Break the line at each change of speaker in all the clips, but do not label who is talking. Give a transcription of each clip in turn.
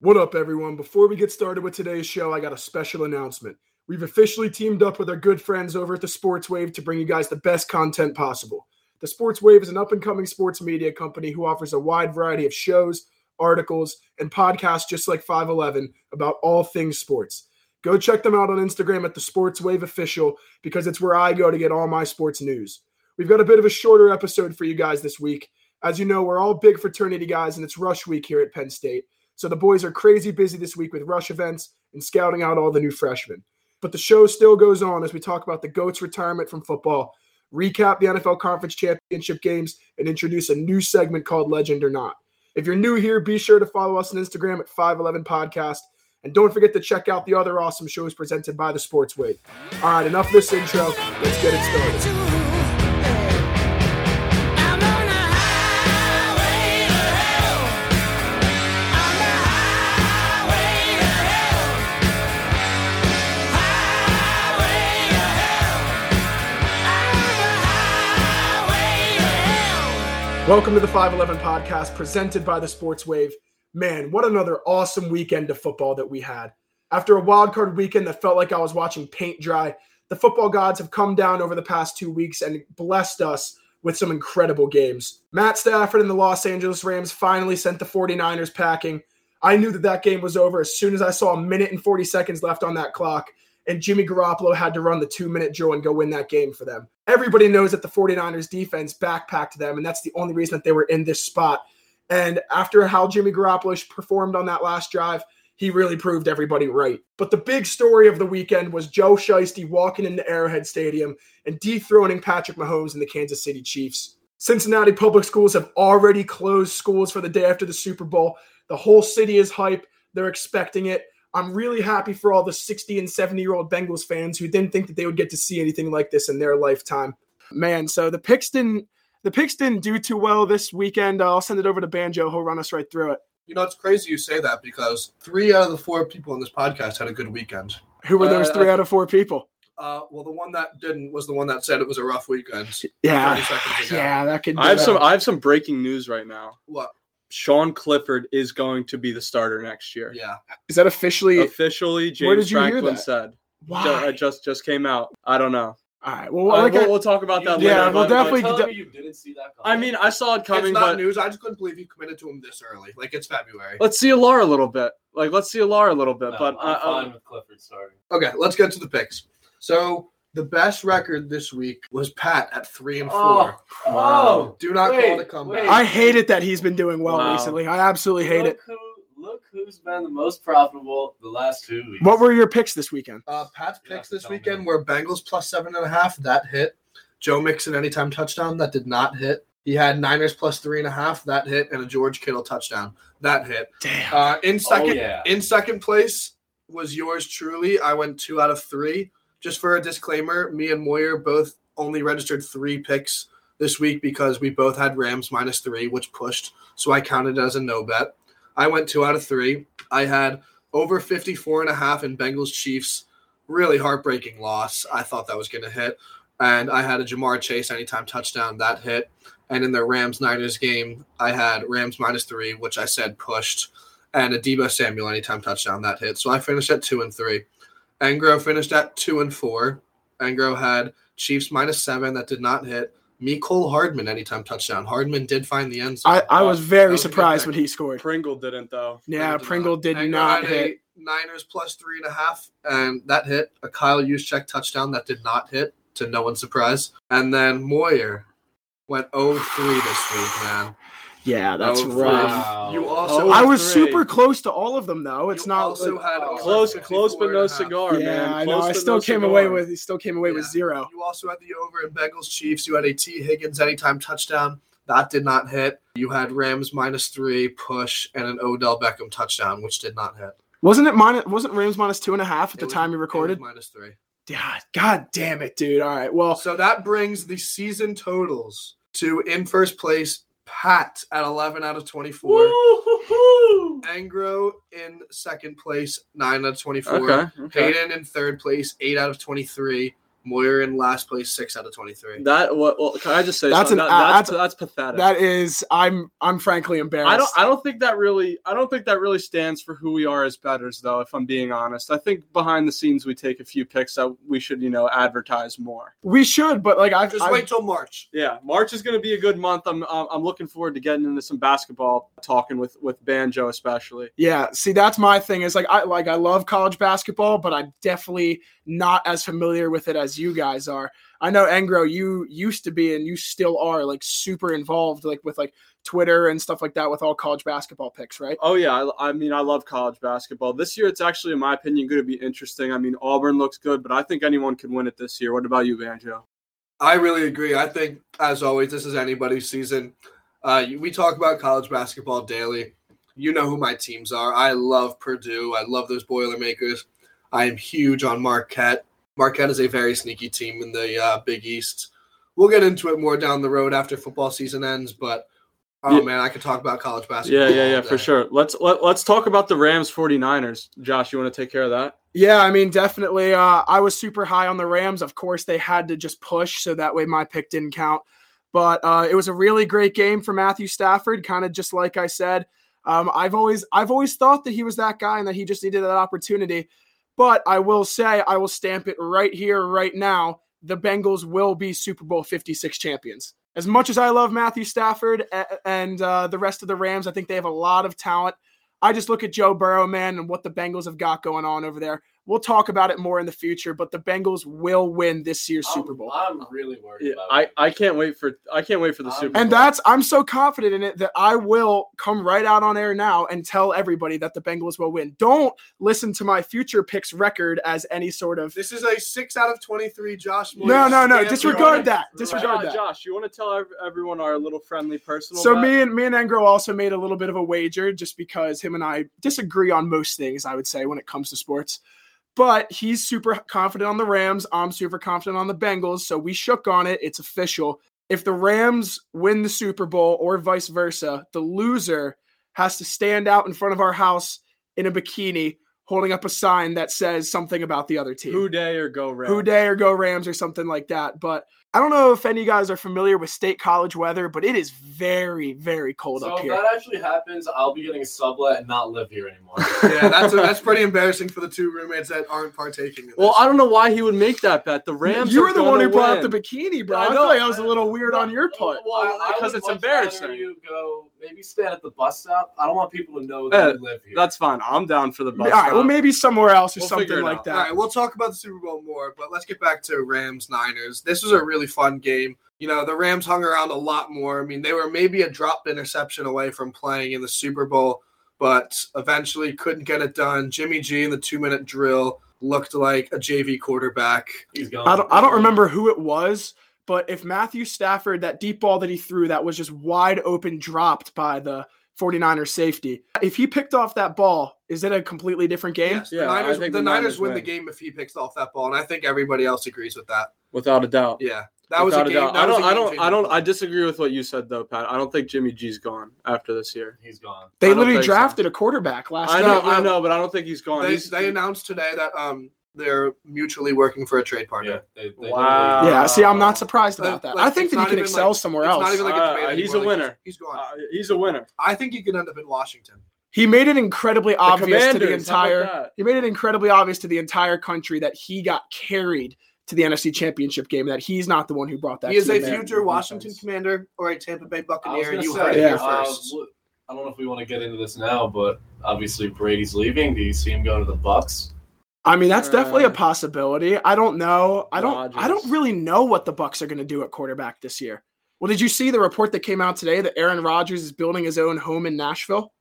What up, everyone? Before we get started with today's show, I got a special announcement. We've officially teamed up with our good friends over at the Sports Wave to bring you guys the best content possible. The Sports Wave is an up and coming sports media company who offers a wide variety of shows, articles, and podcasts just like 511 about all things sports. Go check them out on Instagram at the Sports Wave Official because it's where I go to get all my sports news. We've got a bit of a shorter episode for you guys this week. As you know, we're all big fraternity guys, and it's rush week here at Penn State. So the boys are crazy busy this week with rush events and scouting out all the new freshmen. But the show still goes on as we talk about the GOAT's retirement from football, recap the NFL Conference Championship games, and introduce a new segment called Legend or Not. If you're new here, be sure to follow us on Instagram at 511 Podcast. And don't forget to check out the other awesome shows presented by the Sports Wave. All right, enough of this intro. Let's get it started. Welcome to the 511 podcast presented by the Sports Wave. Man, what another awesome weekend of football that we had. After a wild card weekend that felt like I was watching paint dry, the football gods have come down over the past two weeks and blessed us with some incredible games. Matt Stafford and the Los Angeles Rams finally sent the 49ers packing. I knew that that game was over as soon as I saw a minute and 40 seconds left on that clock and Jimmy Garoppolo had to run the two minute drill and go win that game for them. Everybody knows that the 49ers defense backpacked them, and that's the only reason that they were in this spot. And after how Jimmy Garoppolo performed on that last drive, he really proved everybody right. But the big story of the weekend was Joe Scheisty walking into Arrowhead Stadium and dethroning Patrick Mahomes and the Kansas City Chiefs. Cincinnati public schools have already closed schools for the day after the Super Bowl. The whole city is hype. They're expecting it. I'm really happy for all the 60 and 70 year old Bengals fans who didn't think that they would get to see anything like this in their lifetime. Man, so the picks didn't the picks didn't do too well this weekend. Uh, I'll send it over to Banjo. He'll run us right through it.
You know, it's crazy you say that because three out of the four people on this podcast had a good weekend.
Who were those
Uh,
three out of four people?
Uh, well, the one that didn't was the one that said it was a rough weekend.
Yeah,
30 seconds ago.
yeah, that could. do
I have
that.
some. I have some breaking news right now.
What?
Sean Clifford is going to be the starter next year.
Yeah.
Is that officially?
Oh, Officially, James
Where did you hear
Franklin
that?
said. Ju-
Why?
it just just came out. I don't know.
All right. Well,
Uh,
like
we'll,
I,
we'll talk about that
Yeah, we'll
later. but- but-
definitely-
Tell me you didn't see that.
I mean, I saw it coming,
it's not
but
news. I just couldn't believe you committed to him this early. Like it's February.
let's see Alar a little bit. Like let's see Alar a little bit.
No,
but
Uh,
uh,
I'm
I- I-
fine with Clifford starting.
Okay, let's get to the picks. So the best record this week was Pat at three and four.
Oh,
Do not
wait,
call it a comeback.
wait.
I hate it that he's been doing well
Wow.
recently. I absolutely hate
look
it.
who look who's been the most profitable the last two weeks.
What were your picks this weekend?
Uh, Pat's
Yeah,
picks this
tell me.
weekend were Bengals plus seven and a half. That hit. Joe Mixon anytime touchdown. That did not hit. He had Niners plus three and a half. That hit, and a George Kittle touchdown. That hit.
Damn.
Uh, in second,
Oh, yeah.
in second place was yours truly. I went two out of three. Just for a disclaimer, me and Moyer both only registered three picks this week because we both had Rams minus three, which pushed. So I counted as a no bet. I went two out of three. I had over 54 and a half in Bengals Chiefs. Really heartbreaking loss. I thought that was going to hit. And I had a Jamar Chase anytime touchdown that hit. And in the Rams Niners game, I had Rams minus three, which I said pushed and a Debo Samuel anytime touchdown that hit. So I finished at two and three. Engro finished at two and four. Engro had Chiefs minus seven that did not hit. Nicole Hardman anytime touchdown. Hardman did find the end zone.
I, I was
That
very
was a good
surprised
pick.
when he scored.
Pringle didn't though.
Yeah, Pringle did
Engro
not
had
hit.
A Niners plus three and a half, and that hit a Kyle Juszczyk touchdown that did not hit, to no one's surprise. And then Moyer went 0-3 this week, man.
Yeah, that's
uh,
Oh,
rough.
Wow.
You also
Oh,
I was
three.
super close to all of them though. Oh, It's
you
not
also
like-
had over
Close,
54
close, but
and a
no
half.
cigar,
yeah,
man.
I know.
Close
I
but
still
no
came
cigar.
away with still came away with
Yeah.
zero.
You also had the over in Bengals Chiefs. You had a T Higgins anytime touchdown that did not hit. You had Rams minus three push and an Odell Beckham touchdown, which did not hit.
Wasn't it minus? Wasn't Rams minus two and a half at
It
the
was-
time you
it was
recorded?
minus three.
God, God damn it, dude! All right, well,
So that brings the season totals to in first place Pat at eleven out of twenty four.
Woo-hoo-hoo.
Angro in second place, nine out of twenty four.
Okay. okay.
Hayden in third place, eight out of twenty three. Moyer in last place, six out of twenty-three.
That what? Well, can I just say
That's
something?
an-
That- that's,
that's-
that's pathetic.
That is, I'm I'm frankly embarrassed.
I don't. I don't think that really. I don't think that really stands for who we are as betters, though. If I'm being honest, I think behind the scenes we take a few picks that we should, you know, advertise more.
we should, but like I
Just
I-
wait till March.
Yeah, March is going to be a good month. I'm. I'm I'm looking forward to getting into some basketball talking with with Banjo, especially.
Yeah, see, that's my thing. Is like I like I love college basketball, but I'm definitely not as familiar with it as you guys are. I know Engro, you used to be and you still are like super involved, like with like Twitter and stuff like that, with all college basketball picks, right?
Oh yeah, I, I mean I love college basketball. This year it's actually, in my opinion, going to be interesting. I mean Auburn looks good, but I think anyone could win it this year. What about you, Banjo?
I really agree. I think, as always, this is anybody's season. Uh, we talk about college basketball daily. You know who my teams are. I love Purdue. I love those Boilermakers. I am huge on Marquette. Marquette is a very sneaky team in the uh, Big East. We'll get into it more down the road after football season ends, but oh
Yeah.
man, I could talk about college basketball.
Yeah, yeah, yeah,
all
for
day.
sure. Let's let, let's talk about the Rams 49ers. Josh, you want to take care of that?
Yeah, I mean, definitely. Uh, I was super high on the Rams. Of course, they had to just push, so that way my pick didn't count. But uh, it was a really great game for Matthew Stafford. Kind of just like I said, um, I've always I've always thought that he was that guy and that he just needed that opportunity. But I will say, I will stamp it right here, right now. The Bengals will be Super Bowl Fifty Six champions. As much as I love Matthew Stafford a- and uh, the rest of the Rams, I think they have a lot of talent. I just look at Joe Burrow, man, and what the Bengals have got going on over there. We'll talk about it more in the future, but the Bengals will win this year's
Oh,
Super Bowl.
I'm, I'm really worried
Yeah,
about
I,
it.
I can't wait for I can't wait for the
Um,
Super Bowl.
And that's I'm so confident in it that I will come right out on air now and tell everybody that the Bengals will win. Don't listen to my future picks record as any sort of
This is a six out of twenty-three. Josh. Moyer
No, no, no,
stands
disregard
on-
that.
Josh,
Disregard that.
Josh, you want to tell ev- everyone our little friendly personal?
So
bet?
me and me and Engro also made a little bit of a wager just because him and I disagree on most things, I would say, when it comes to sports. But he's super confident on the Rams. I'm super confident on the Bengals. So we shook on it. It's official. If the Rams win the Super Bowl or vice versa, the loser has to stand out in front of our house in a bikini holding up a sign that says something about the other team.
who day or go Rams?
Who Day or Go Rams or something like that. But I don't know if any of you guys are familiar with state college weather, but it is very, very cold
so
up
if
here.
that actually happens, I'll be getting a sublet and not live here anymore.
Yeah, that's that's pretty embarrassing for the two roommates that aren't partaking. In this.
Well, I don't know why he would make that bet. The Rams.
you
are
were the one
gonna
who brought
win.
up the bikini, bro. I,
I know.
feel like that was a little weird on your part.
Well,
I- I
because
would
it's
much
embarrassing.
rather You go maybe stand at the bus stop. I don't want people to know
Yeah,
that you live here.
That's fine. I'm down for the
All
bus.
right, well,
stop.
maybe somewhere else or
We'll figure
something
it
like
out.
that.
All right, we'll talk about the Super Bowl more, but let's get back to Rams Niners. This was a really fun game. You know, the Rams hung around a lot more. I mean, they were maybe a dropped interception away from playing in the Super Bowl, but eventually couldn't get it done. Jimmy G in the two minute drill looked like a JV quarterback.
He's gone.
I don't, I don't remember who it was, but if Matthew Stafford, that deep ball that he threw, that was just wide open, dropped by the 49ers safety. If he picked off that ball, is it a completely different game?
Yes,
Yeah,
the
I
Niners, the
think
Niners, win, the game if he picks off that ball, and I think everybody else agrees with that.
without a doubt.
Yeah, that was a
Without
game.
a doubt.
that
I
was
don't.
a
I don't.
game-changing
I don't.
play.
I disagree with what you said though, Pat. I don't think Jimmy G's gone after this year.
He's gone.
I
They
don't
literally
think so.
drafted a quarterback last
I
year.
know.
no.
I know, but I don't think he's gone.
They,
He's-
they announced today that um they're mutually working for a trade partner.
Yeah, they, they
Wow.
Yeah, see, I'm not
Uh,
surprised about
like-
that.
like,
I think
it's
that he
not
can
even,
excel
like-
somewhere
It's
else.
not even like a
Uh,
debate anymore.
he's a
Like,
winner.
He's gone.
uh, he's a winner.
I think he could end up in Washington.
he made it incredibly obvious to the
Commanders, how about
entire.
that?
He made it incredibly obvious to the entire country that he got carried to the NFC Championship game. That he's not the one who brought that.
he is a
team there.
future
defense.
Washington Commander or a Tampa Bay
I was
Buccaneer.
gonna
You
say,
heard it
yeah.
here
uh,
first.
look, I don't know if we want to get into this now, but obviously Brady's leaving. Do you see him going to the Bucks?
I mean, that's definitely a
Uh,
possibility. I don't know. I don't. I don't
Rodgers.
really know what the Bucks are going to do at quarterback this year. Well, did you see the report that came out today that Aaron Rodgers is building his own home in Nashville?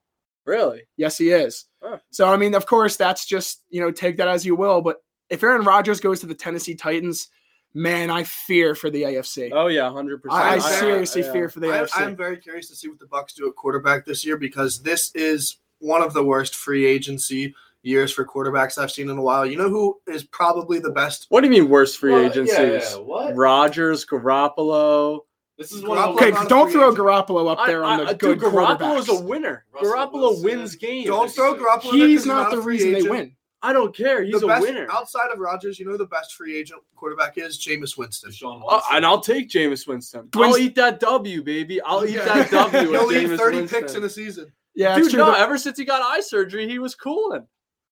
Really?
Yes, he is.
Huh.
So I mean, of course, that's just you know take that as you will. But if Aaron Rodgers goes to the Tennessee Titans, man, I fear for the AFC.
Oh yeah, hundred percent.
I, I
I-
seriously
yeah.
fear for the
I,
AFC.
I'm very curious to see what the Bucks do at quarterback this year because this is one of the worst free agency years for quarterbacks I've seen in a while. You know who is probably the best?
What do you mean worst free
Well,
agencies?
Yeah, yeah, what?
Rogers, Garoppolo.
This is one of the
okay,
I'm not a
don't
free
throw
agent.
Garoppolo up there on the
uh,
good
Garoppolo's
quarterbacks.
a winner.
Russell
Garoppolo
Wilson.
wins games.
Don't throw Garoppolo. in there 'cause
He's
he's
not
a
the
free
reason they
agent.
win.
I don't care. He's
the
a
best,
winner.
Outside of Rogers, you know who the best free agent quarterback is Jameis Winston.
Deshaun
Uh,
Watson.
and I'll take Jameis Winston. I'll
Winston-
eat that W, baby. I'll eat
Yeah.
that W. with
He'll leave
Jameis
30
Winston.
picks in a season.
Yeah, it's
Dude,
true.
no.
but
Ever since he got eye surgery, he was cooling.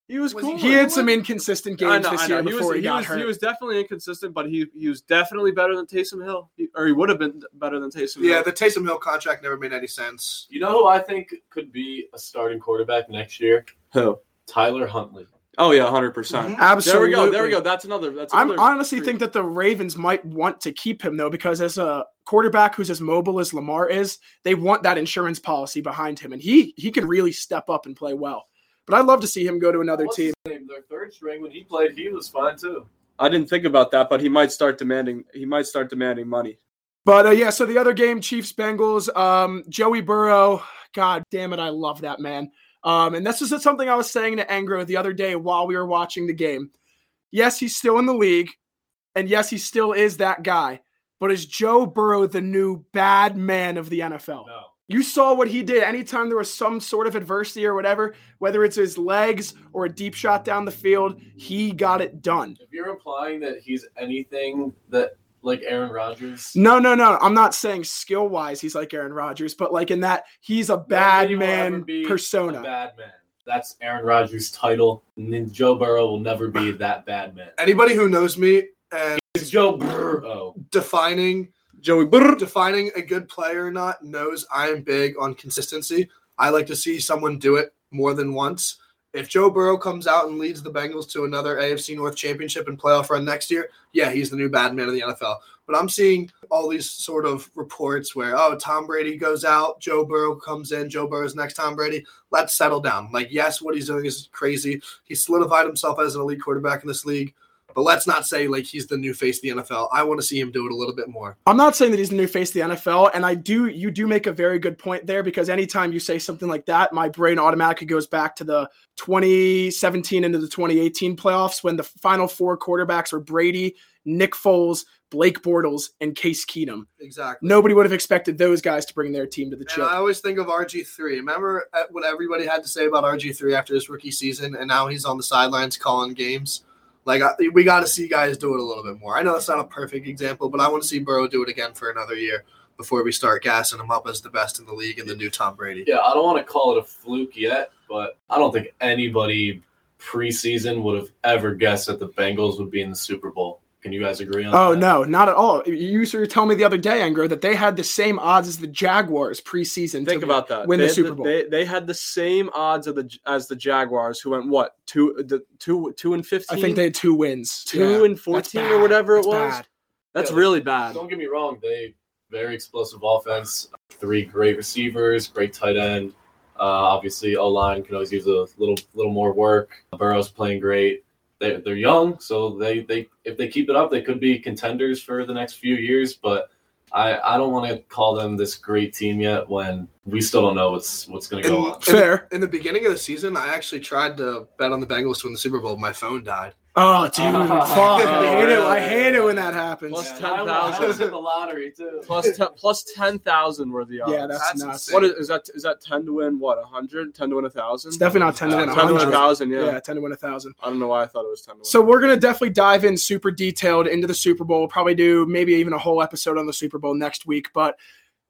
He was,
Was he
cooling.
he had some inconsistent
I
games
know, I
this
know.
year
He was,
before he,
he
got
was,
hurt.
he was definitely inconsistent, but he he was definitely better than Taysom Hill, He- or he would have been better than Taysom.
Yeah,
Hill.
the Taysom Hill contract never made any sense.
you know who I think could be a starting quarterback next year?
Who?
Tyler Huntley.
Oh yeah, hundred percent. There we
Mm-hmm. Absolutely.
go. There we go. That's another. That's
I
another
honestly
freak.
think that the Ravens might want to keep him though, because as a quarterback who's as mobile as Lamar is, they want that insurance policy behind him, and he he can really step up and play well. But I'd love to see him go to another
What's
team.
his name? Their third string when he played, he was fine too.
I didn't think about that, but he might start demanding. He might start demanding money.
But uh, yeah, so the other game, Chiefs Bengals. Um, Joey Burrow. God damn it, I love that man. Um, and this is something I was saying to Angro the other day while we were watching the game. Yes, he's still in the league, and yes, he still is that guy. But is Joe Burrow the new bad man of the NFL?
No.
You saw what he did anytime there was some sort of adversity or whatever, whether it's his legs or a deep shot down the field, he got it done.
If you're implying that he's anything that like Aaron Rodgers,
No, no, no. I'm not saying skill wise he's like Aaron Rodgers, but like in that he's a bad
Nobody will ever
man
be a
persona.
bad man. That's Aaron Rodgers' title, and then Joe Burrow will never be that bad man.
Anybody who knows me and
It's Joe Burrow.
defining
Joey Burr.
defining a good player or not knows I am big on consistency. I like to see someone do it more than once. If Joe Burrow comes out and leads the Bengals to another AFC North championship and playoff run next year, yeah, he's the new bad man of the NFL. But I'm seeing all these sort of reports where, oh, Tom Brady goes out, Joe Burrow comes in, Joe Burrow's next Tom Brady. Let's settle down. Like, yes, what he's doing is crazy. He solidified himself as an elite quarterback in this league. But let's not say like he's the new face of the NFL. I want to see him do it a little bit more.
I'm not saying that he's the new face of the NFL, and I do you do make a very good point there because anytime you say something like that, my brain automatically goes back to the 2017 into the 2018 playoffs when the final four quarterbacks were Brady, Nick Foles, Blake Bortles, and Case Keenum.
Exactly.
Nobody would have expected those guys to bring their team to the
And
chip.
I always think of RG3. Remember uh, what everybody had to say about RG3 after his rookie season, and now he's on the sidelines calling games. Like I, we got to see guys do it a little bit more. I know that's not a perfect example, but I want to see Burrow do it again for another year before we start gassing him up as the best in the league and the new Tom Brady.
Yeah, I don't want to call it a fluke yet, but I don't think anybody preseason would have ever guessed that the Bengals would be in the Super Bowl. Can you guys agree on
Oh
that?
no, not at all. You sort of told me the other day, Angro, that they had the same odds as the Jaguars preseason.
Think
to
about that.
Win
they,
the
had
Super Bowl.
They, they had the same odds of the as the Jaguars, who went what two the two two and fifteen.
I think they had two wins.
two
Yeah.
and
That's
fourteen or
bad.
whatever
That's
it was.
bad.
That's
Yeah,
really bad.
Don't get me wrong, they very explosive offense, three great receivers, great tight end. Uh, obviously, O line can always use a little little more work. Burrow's playing great. They, they're young, so they, they if they keep it up, they could be contenders for the next few years. But I, I don't want to call them this great team yet when we still don't know what's what's going to go
And-
on.
Fair.
In the beginning of the season, I actually tried to bet on the Bengals to win the Super Bowl. My phone died.
Oh, dude, fuck! I
Oh,
hate it.
really?
I hate it when that happens.
Plus
Yeah, I was- I was in the lottery too.
Plus ten, plus ten thousand were the odds.
yeah, that's,
That's
nuts.
insane.
what is, is that? Is that ten to win? What a hundred? Ten to win a thousand?
It's definitely not ten to win a
Ten
to win a
hundred.
thousand.
Yeah.
Yeah.
ten to win a thousand.
I don't know why I thought it was ten to win.
So we're gonna definitely dive in super detailed into the Super Bowl. We'll probably do maybe even a whole episode on the Super Bowl next week. But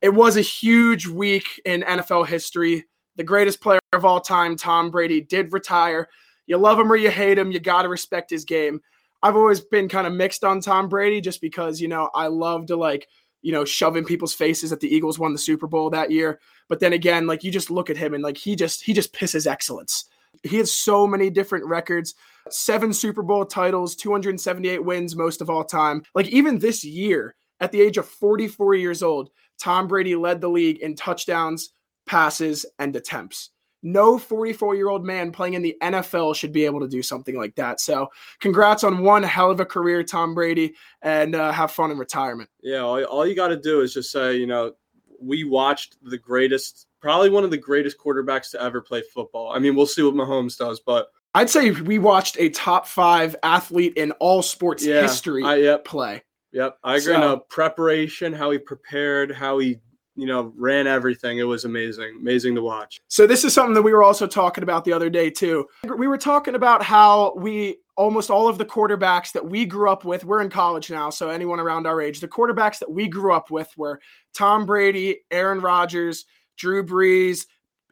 it was a huge week in NFL history. The greatest player of all time, Tom Brady, did retire. You love him or you hate him, you gotta respect his game. I've always been kind of mixed on Tom Brady just because you know I love to like you know shove in people's faces that the Eagles won the Super Bowl that year. But then again, like you just look at him and like he just he just pisses excellence. He has so many different records seven Super Bowl titles, 278 wins, most of all time. Like even this year, at the age of 44 years old, Tom Brady led the league in touchdowns, passes, and attempts. No 44 year old man playing in the NFL should be able to do something like that. So, congrats on one hell of a career, Tom Brady, and uh, have fun in retirement.
Yeah, all, all you got to do is just say, you know, we watched the greatest, probably one of the greatest quarterbacks to ever play football. I mean, we'll see what Mahomes does, but
I'd say we watched a top five athlete in all sports
yeah,
history
I, yep,
play.
yep, I agree.
So-
no, preparation, how he prepared, how he you know, ran everything. It was amazing, amazing to watch.
So this is something that we were also talking about the other day too. We were talking about how we almost all of the quarterbacks that we grew up with, we're in college now, so anyone around our age, the quarterbacks that we grew up with were Tom Brady, Aaron Rodgers, Drew Brees,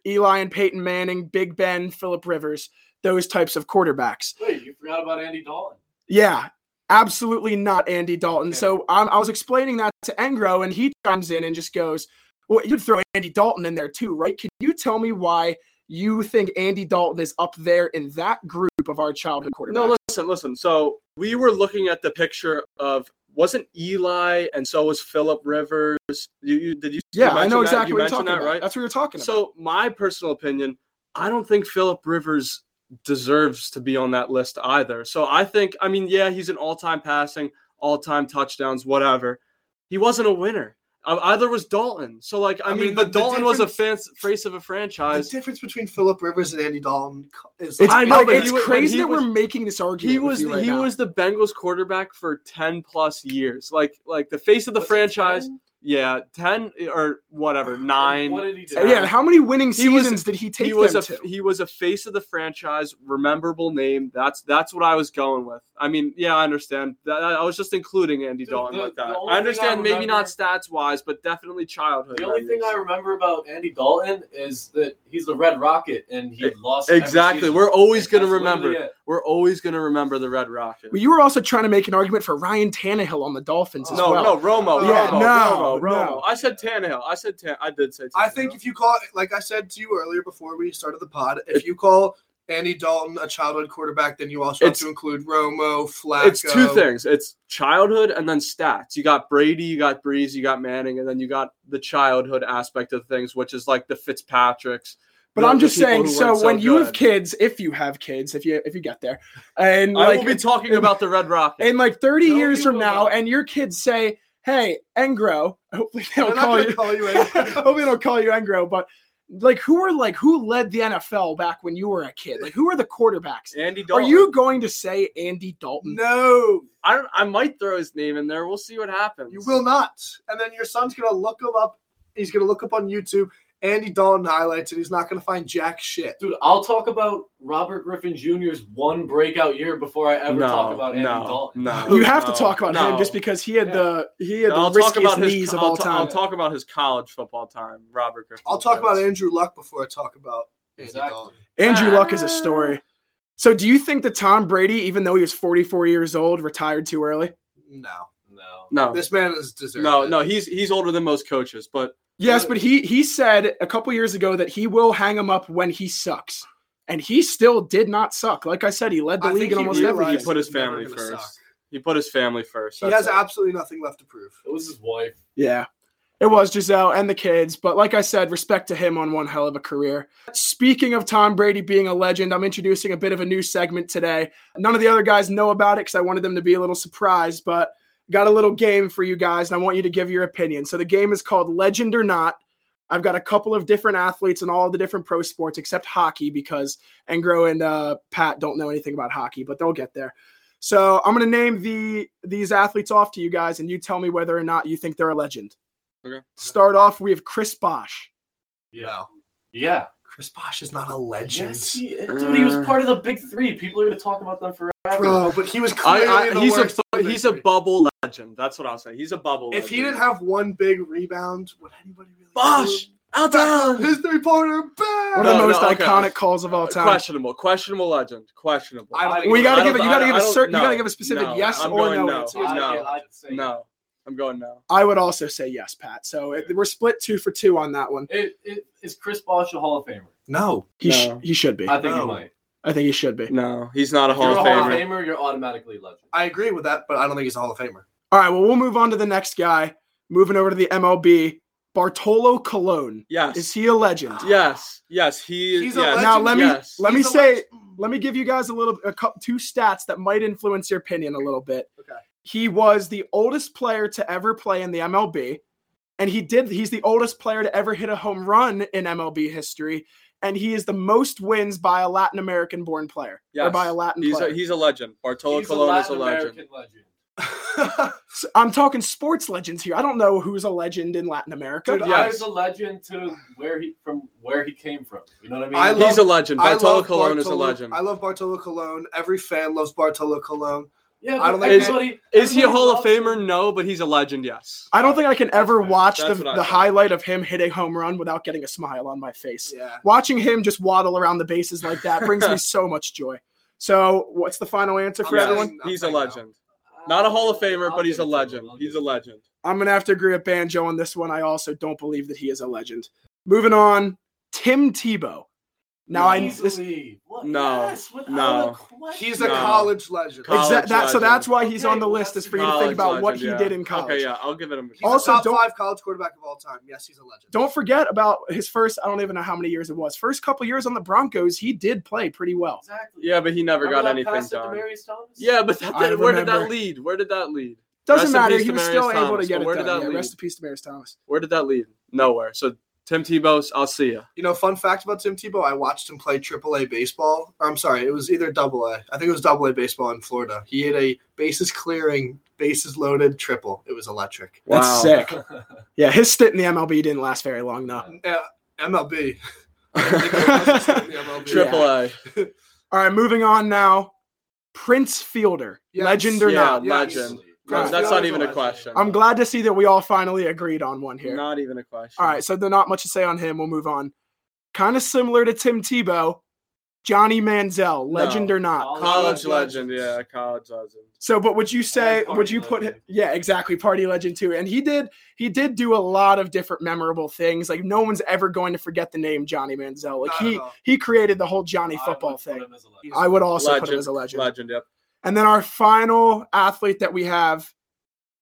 Eli and Peyton Manning, Big Ben, Philip Rivers, those types of quarterbacks.
Wait, you forgot about Andy Dalton.
Yeah, absolutely not Andy Dalton. So um, I was explaining that to Engro, and he chimes in and just goes, "Well, you'd throw Andy Dalton in there too, right? Can you tell me why you think Andy Dalton is up there in that group of our childhood quarterbacks?"
No, listen, listen. So we were looking at the picture of wasn't Eli, and so was Philip Rivers. You, you did you?
yeah,
you
I know
mention that?
exactly
You
what you're
mentioned
talking
that,
about.
right?
That's what you're talking about.
So my personal opinion, I don't think Philip Rivers deserves to be on that list either. So I think, I mean, yeah, he's an all-time passing, all-time touchdowns, whatever. He wasn't a winner. Uh, Either was Dalton. So like, I,
I
mean,
mean,
but
the
Dalton was a fan,
difference-
face of a
The
franchise.
difference between Philip Rivers and Andy Dalton is
It's,
I know,
like,
but
it's
he was- but
crazy
he
that
was-
we're making this argument.
He
with
was
you right
he
now.
was the Bengals quarterback for ten plus years. Like like the face of the
Was it
franchise.
10?
Yeah, ten or whatever, nine.
What did he do?
yeah. How many winning
He was-
seasons did he take
he was
them
a
to?
he was a face of the franchise, rememberable name. That's that's what I was going with. I mean, yeah, I understand. That, I I was just including Andy
Dude,
Dalton
the-
with
the
that.
only
I
thing
understand
I
maybe not
remember-
stats wise, but definitely childhood.
The only thing I
memories.
remember about Andy Dalton is that he's the Red Rocket and he
E-
lost. every
exactly.
season.
We're always gonna
That's literally
remember.
it.
we're always gonna remember the Red Rocket.
Well, you were also trying to make an argument for Ryan Tannehill on the Dolphins as
no,
well.
no, Romo,
Yeah,
Romo,
no,
Romo, Romo.
no.
I said Tannehill. I said Tan- I did say. Tannehill.
I think if you call, like I said to you earlier before we started the pod, if you call Andy Dalton a childhood quarterback, then you also have
It's-
to include Romo, Flacco.
it's two things. It's childhood and then stats. You got Brady, you got Breeze, you got Manning, and then you got the childhood aspect of things, which is like the Fitzpatricks.
But
the-
I'm
the
just
people
saying.
who
So
weren't
when you have
good.
kids, if you have kids, if you if you get there, and
I
like
will be talking about the Red Rocket.
in like 30
No,
years
you
from
will
now,
not.
and your kids say, "Hey, Engro," hopefully they
They're
don't
not
call
gonna
you.
call you Andy.
hopefully they don't call you Engro, but like who are like who led the NFL back when you were a kid? Like who are the quarterbacks?
Andy
Are
Dalton.
you going to say Andy Dalton?
no,
I don't. I might throw his name in there. We'll see what happens.
you will not. And then your son's gonna look him up. He's gonna look up on YouTube Andy Dalton highlights, and he's not gonna find jack shit.
Dude, I'll talk about Robert Griffin Jr.'s one breakout year before I ever
no,
talk about Andy
no,
Dalton.
No,
You have
no,
to talk about him
no.
just because he had
Yeah.
the he
No,
had the
I'll talk
riskiest
about his.
knees of
I'll
all
ta-
time.
I'll talk about his college football time. Robert Griffin.
I'll talk about
Jr.
Andrew Luck before I talk about Andy
Exactly.
Dalton.
Andrew Luck is a
Ah.
story. So do you think that Tom Brady, even though he was 44 years old, retired too early?
No,
No.
No,
this man is deserved.
Um, no,
it.
no. He's he's older than most coaches, but
Yes,
Uh,
but he he said a couple years ago that he will hang him up when he sucks. And he still did not suck. Like I said, he led the
I
league
think
in
he
almost every
realized
year.
He put his
he's never
family
gonna
first.
suck.
he put his family first.
He has
That's it.
absolutely nothing left to prove.
It was his wife.
Yeah. It was Giselle and the kids. But like I said, respect to him on one hell of a career. Speaking of Tom Brady being a legend, I'm introducing a bit of a new segment today. None of the other guys know about it because I wanted them to be a little surprised, but got a little game for you guys, and I want you to give your opinion. So the game is called Legend or Not. I've got a couple of different athletes in all the different pro sports except hockey because Engro and uh, Pat don't know anything about hockey, but they'll get there. So I'm going to name the these athletes off to you guys, and you tell me whether or not you think they're a legend.
Okay.
Start off, we have Chris Bosch.
Yeah.
No.
Yeah.
Chris Bosch is not a legend.
Yes, he, dude, he was part of the big three. People are going to talk about them forever.
Bro, but he was
I,
clearly
I,
the
he's a
worst. of the
he's a
three.
bubble legend. That's what I'll say. He's a bubble.
If he
legend.
didn't have one big rebound, would anybody really?
Bosch, out
Back, his three pointer back.
One of the
No,
most
no, okay. Uh,
iconic calls of all time.
questionable, questionable legend, questionable.
I don't
I-
think
Well, you
it was-
gotta
I
give it.
don't-
You gotta
I
give a
don't-
certain. You
no,
gotta give a specific
no,
yes
I'm
or
going
no,
no.
answer.
I- No.
I'd say
no, I'm going no.
I would also say yes, Pat. So it, we're split two for two on that one.
It, it, is Chris Bosh a Hall of Famer?
No.
He sh-
No.
he should be.
I think
No.
he might.
I think he should be.
No, he's not a Hall
If
of
you're a Hall of
Famer.
Famer, you're automatically a legend.
I agree with that, but I don't think he's a Hall of Famer.
All right. Well, we'll move on to the next guy. Moving over to the MLB, Bartolo Colon. Is
Yes,
he a legend?
yes, yes. He is.
He's a
yes.
legend.
Now let me
Yes.
let me
He's a
say
legend.
let me give you guys a little a couple, two stats that might influence your opinion a little bit.
Okay.
He was the oldest player to ever play in the MLB, and he did. He's the oldest player to ever hit a home run in MLB history, and he is the most wins by a Latin American-born player or
Yes.
by a Latin
He's
player.
a he's a legend. Bartolo
He's
Colon is a
Latin
legend.
American legend.
I'm talking sports legends here. I don't know who's a legend in Latin America.
Dude,
But
yeah.
I was a legend to where he from where he came from. You know what I mean?
I love-
He's a legend.
I
Bartolo
love
Colon is a
Bartolo-
legend.
I love Bartolo Colon. Every fan loves Bartolo Colon.
yeah,
I don't
but
think-
everybody-
Is he a
everybody
Hall of
loves him.
Famer? No, but he's a legend. Yes.
I don't think I can ever
fair.
watch the,
That's what I
the
thought.
highlight of him hit a home run without getting a smile on my face.
Yeah.
Watching him just waddle around the bases like that brings me so much joy. So, what's the final answer for
Yeah.
everyone?
I'm
he's a
saying no.
legend. Not a Hall of Famer,
I'll
but he's a
give it to him.
legend.
I'll
He's a
give it
legend.
I'm gonna have to agree with Banjo on this one. I also don't believe that he is a legend. Moving on, Tim Tebow. Now I this,
Easily. What?
No.
Yes, without
No.
a question.
He's a
No.
college legend.
College
exa- that, so
legend.
that's why he's
Okay,
on the
well,
list is
that's
for you to
College
think about what
legend,
he
yeah.
did in college.
Okay, yeah, I'll give it him.
He's
Also,
also, a top
don't-
five college quarterback of all time. Yes, he's a legend.
Don't forget about his first. I don't even know how many years it was. First couple years on the Broncos, he did play pretty well.
Exactly.
Yeah, but he never got
Remember that
anything
pass at
done.
Demaryius Thomas?
Yeah, but that,
I
that- where did that
remember.
lead? Where did that lead?
Doesn't
Rest in
matter.
peace
He
to
was
Marius
still able to
Thomas,
get
but
it
where
done.
did that
yeah,
lead?
rest in peace to Maris Thomas.
Where did that lead? Nowhere. So Tim Tebow's, I'll see ya.
You know, fun fact about Tim Tebow, I watched him play AAA baseball. I'm sorry, it was either double A. I think it was double A baseball in Florida. He had a bases clearing, bases loaded triple. It was electric.
That's sick. Yeah, his stint in the MLB didn't last very long though.
Uh, MLB. MLB.
Triple A.
All right, moving on now. Prince Fielder,
Yes,
legend or
yeah.
not?
legend.
Bro,
Right.
That's not even a
Legend.
question.
I'm glad to see that we all finally agreed on one here.
Not even a question.
All right, so there's not much to say on him. We'll move on. Kind of similar to Tim Tebow, Johnny Manziel, legend
No.
or not.
College legend. Yeah, college legend.
So, but would you say,
party
would you put,
legend.
yeah, exactly, party legend too? And he did, he did do a lot of different memorable things. Like no one's ever going to forget the name Johnny Manziel. Like
Not
he
at all.
he created the whole Johnny
I
football
would put
thing.
him as a legend.
I would also
legend,
put him as a legend.
Legend, yep.
And then our final athlete that we have,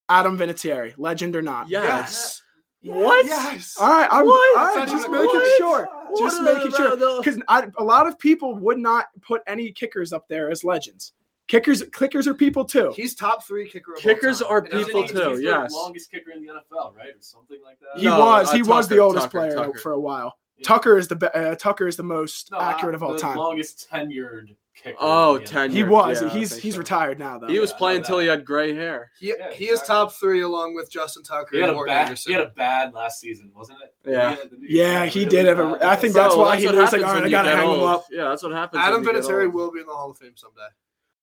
Adam Vinatieri, legend or not?
Yes.
What?
Yes.
Oh.
All right, I'm,
What?
all right,
That's
just
not
making
right.
sure.
What
Just
a-
making sure.
the-
Because a lot of people would not put any kickers up there as legends. Kickers, clickers are people too.
He's top three kicker. of all
Kickers
time.
are
And
Isn't
doesn't
people
he-
he-
too.
he's
yes.
The longest kicker in the NFL, right, or something like that.
He
No,
was,
uh,
he was the
Tucker,
oldest
Tucker,
player
Tucker.
for a while.
Yeah.
Tucker is the be- uh, Tucker is the most
No, I-
accurate of all
the
time.
Longest tenured kicker.
Oh,
in the
tenured.
He
year.
was.
Yeah, I
he's
think
he's
so.
retired now though.
He was
Yeah, I know
playing until
that.
he had gray hair.
He,
Yeah,
he is
exactly.
top three along with Justin Tucker
He had,
and
a
Morgan
bad,
Anderson.
he had a bad last season, wasn't it?
Yeah.
He had the-
Yeah, he did have a-
bad
I
last
think
season.
that's
No,
why he was like,
happens
"All right,
when
I
you
gotta
get
hang him
old."
up."
Yeah, that's what happens.
Adam
when you get
Vinatieri
old.
will be in the Hall of Fame someday.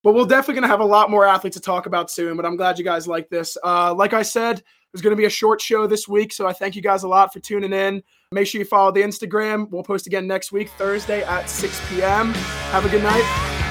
But we're definitely going to have a lot more athletes to talk about soon. But I'm glad you guys like this. Uh, like I said, there's going to be a short show this week. So I thank you guys a lot for tuning in. Make sure you follow the Instagram. We'll post again next week, Thursday at 6 p.m. Have a good night.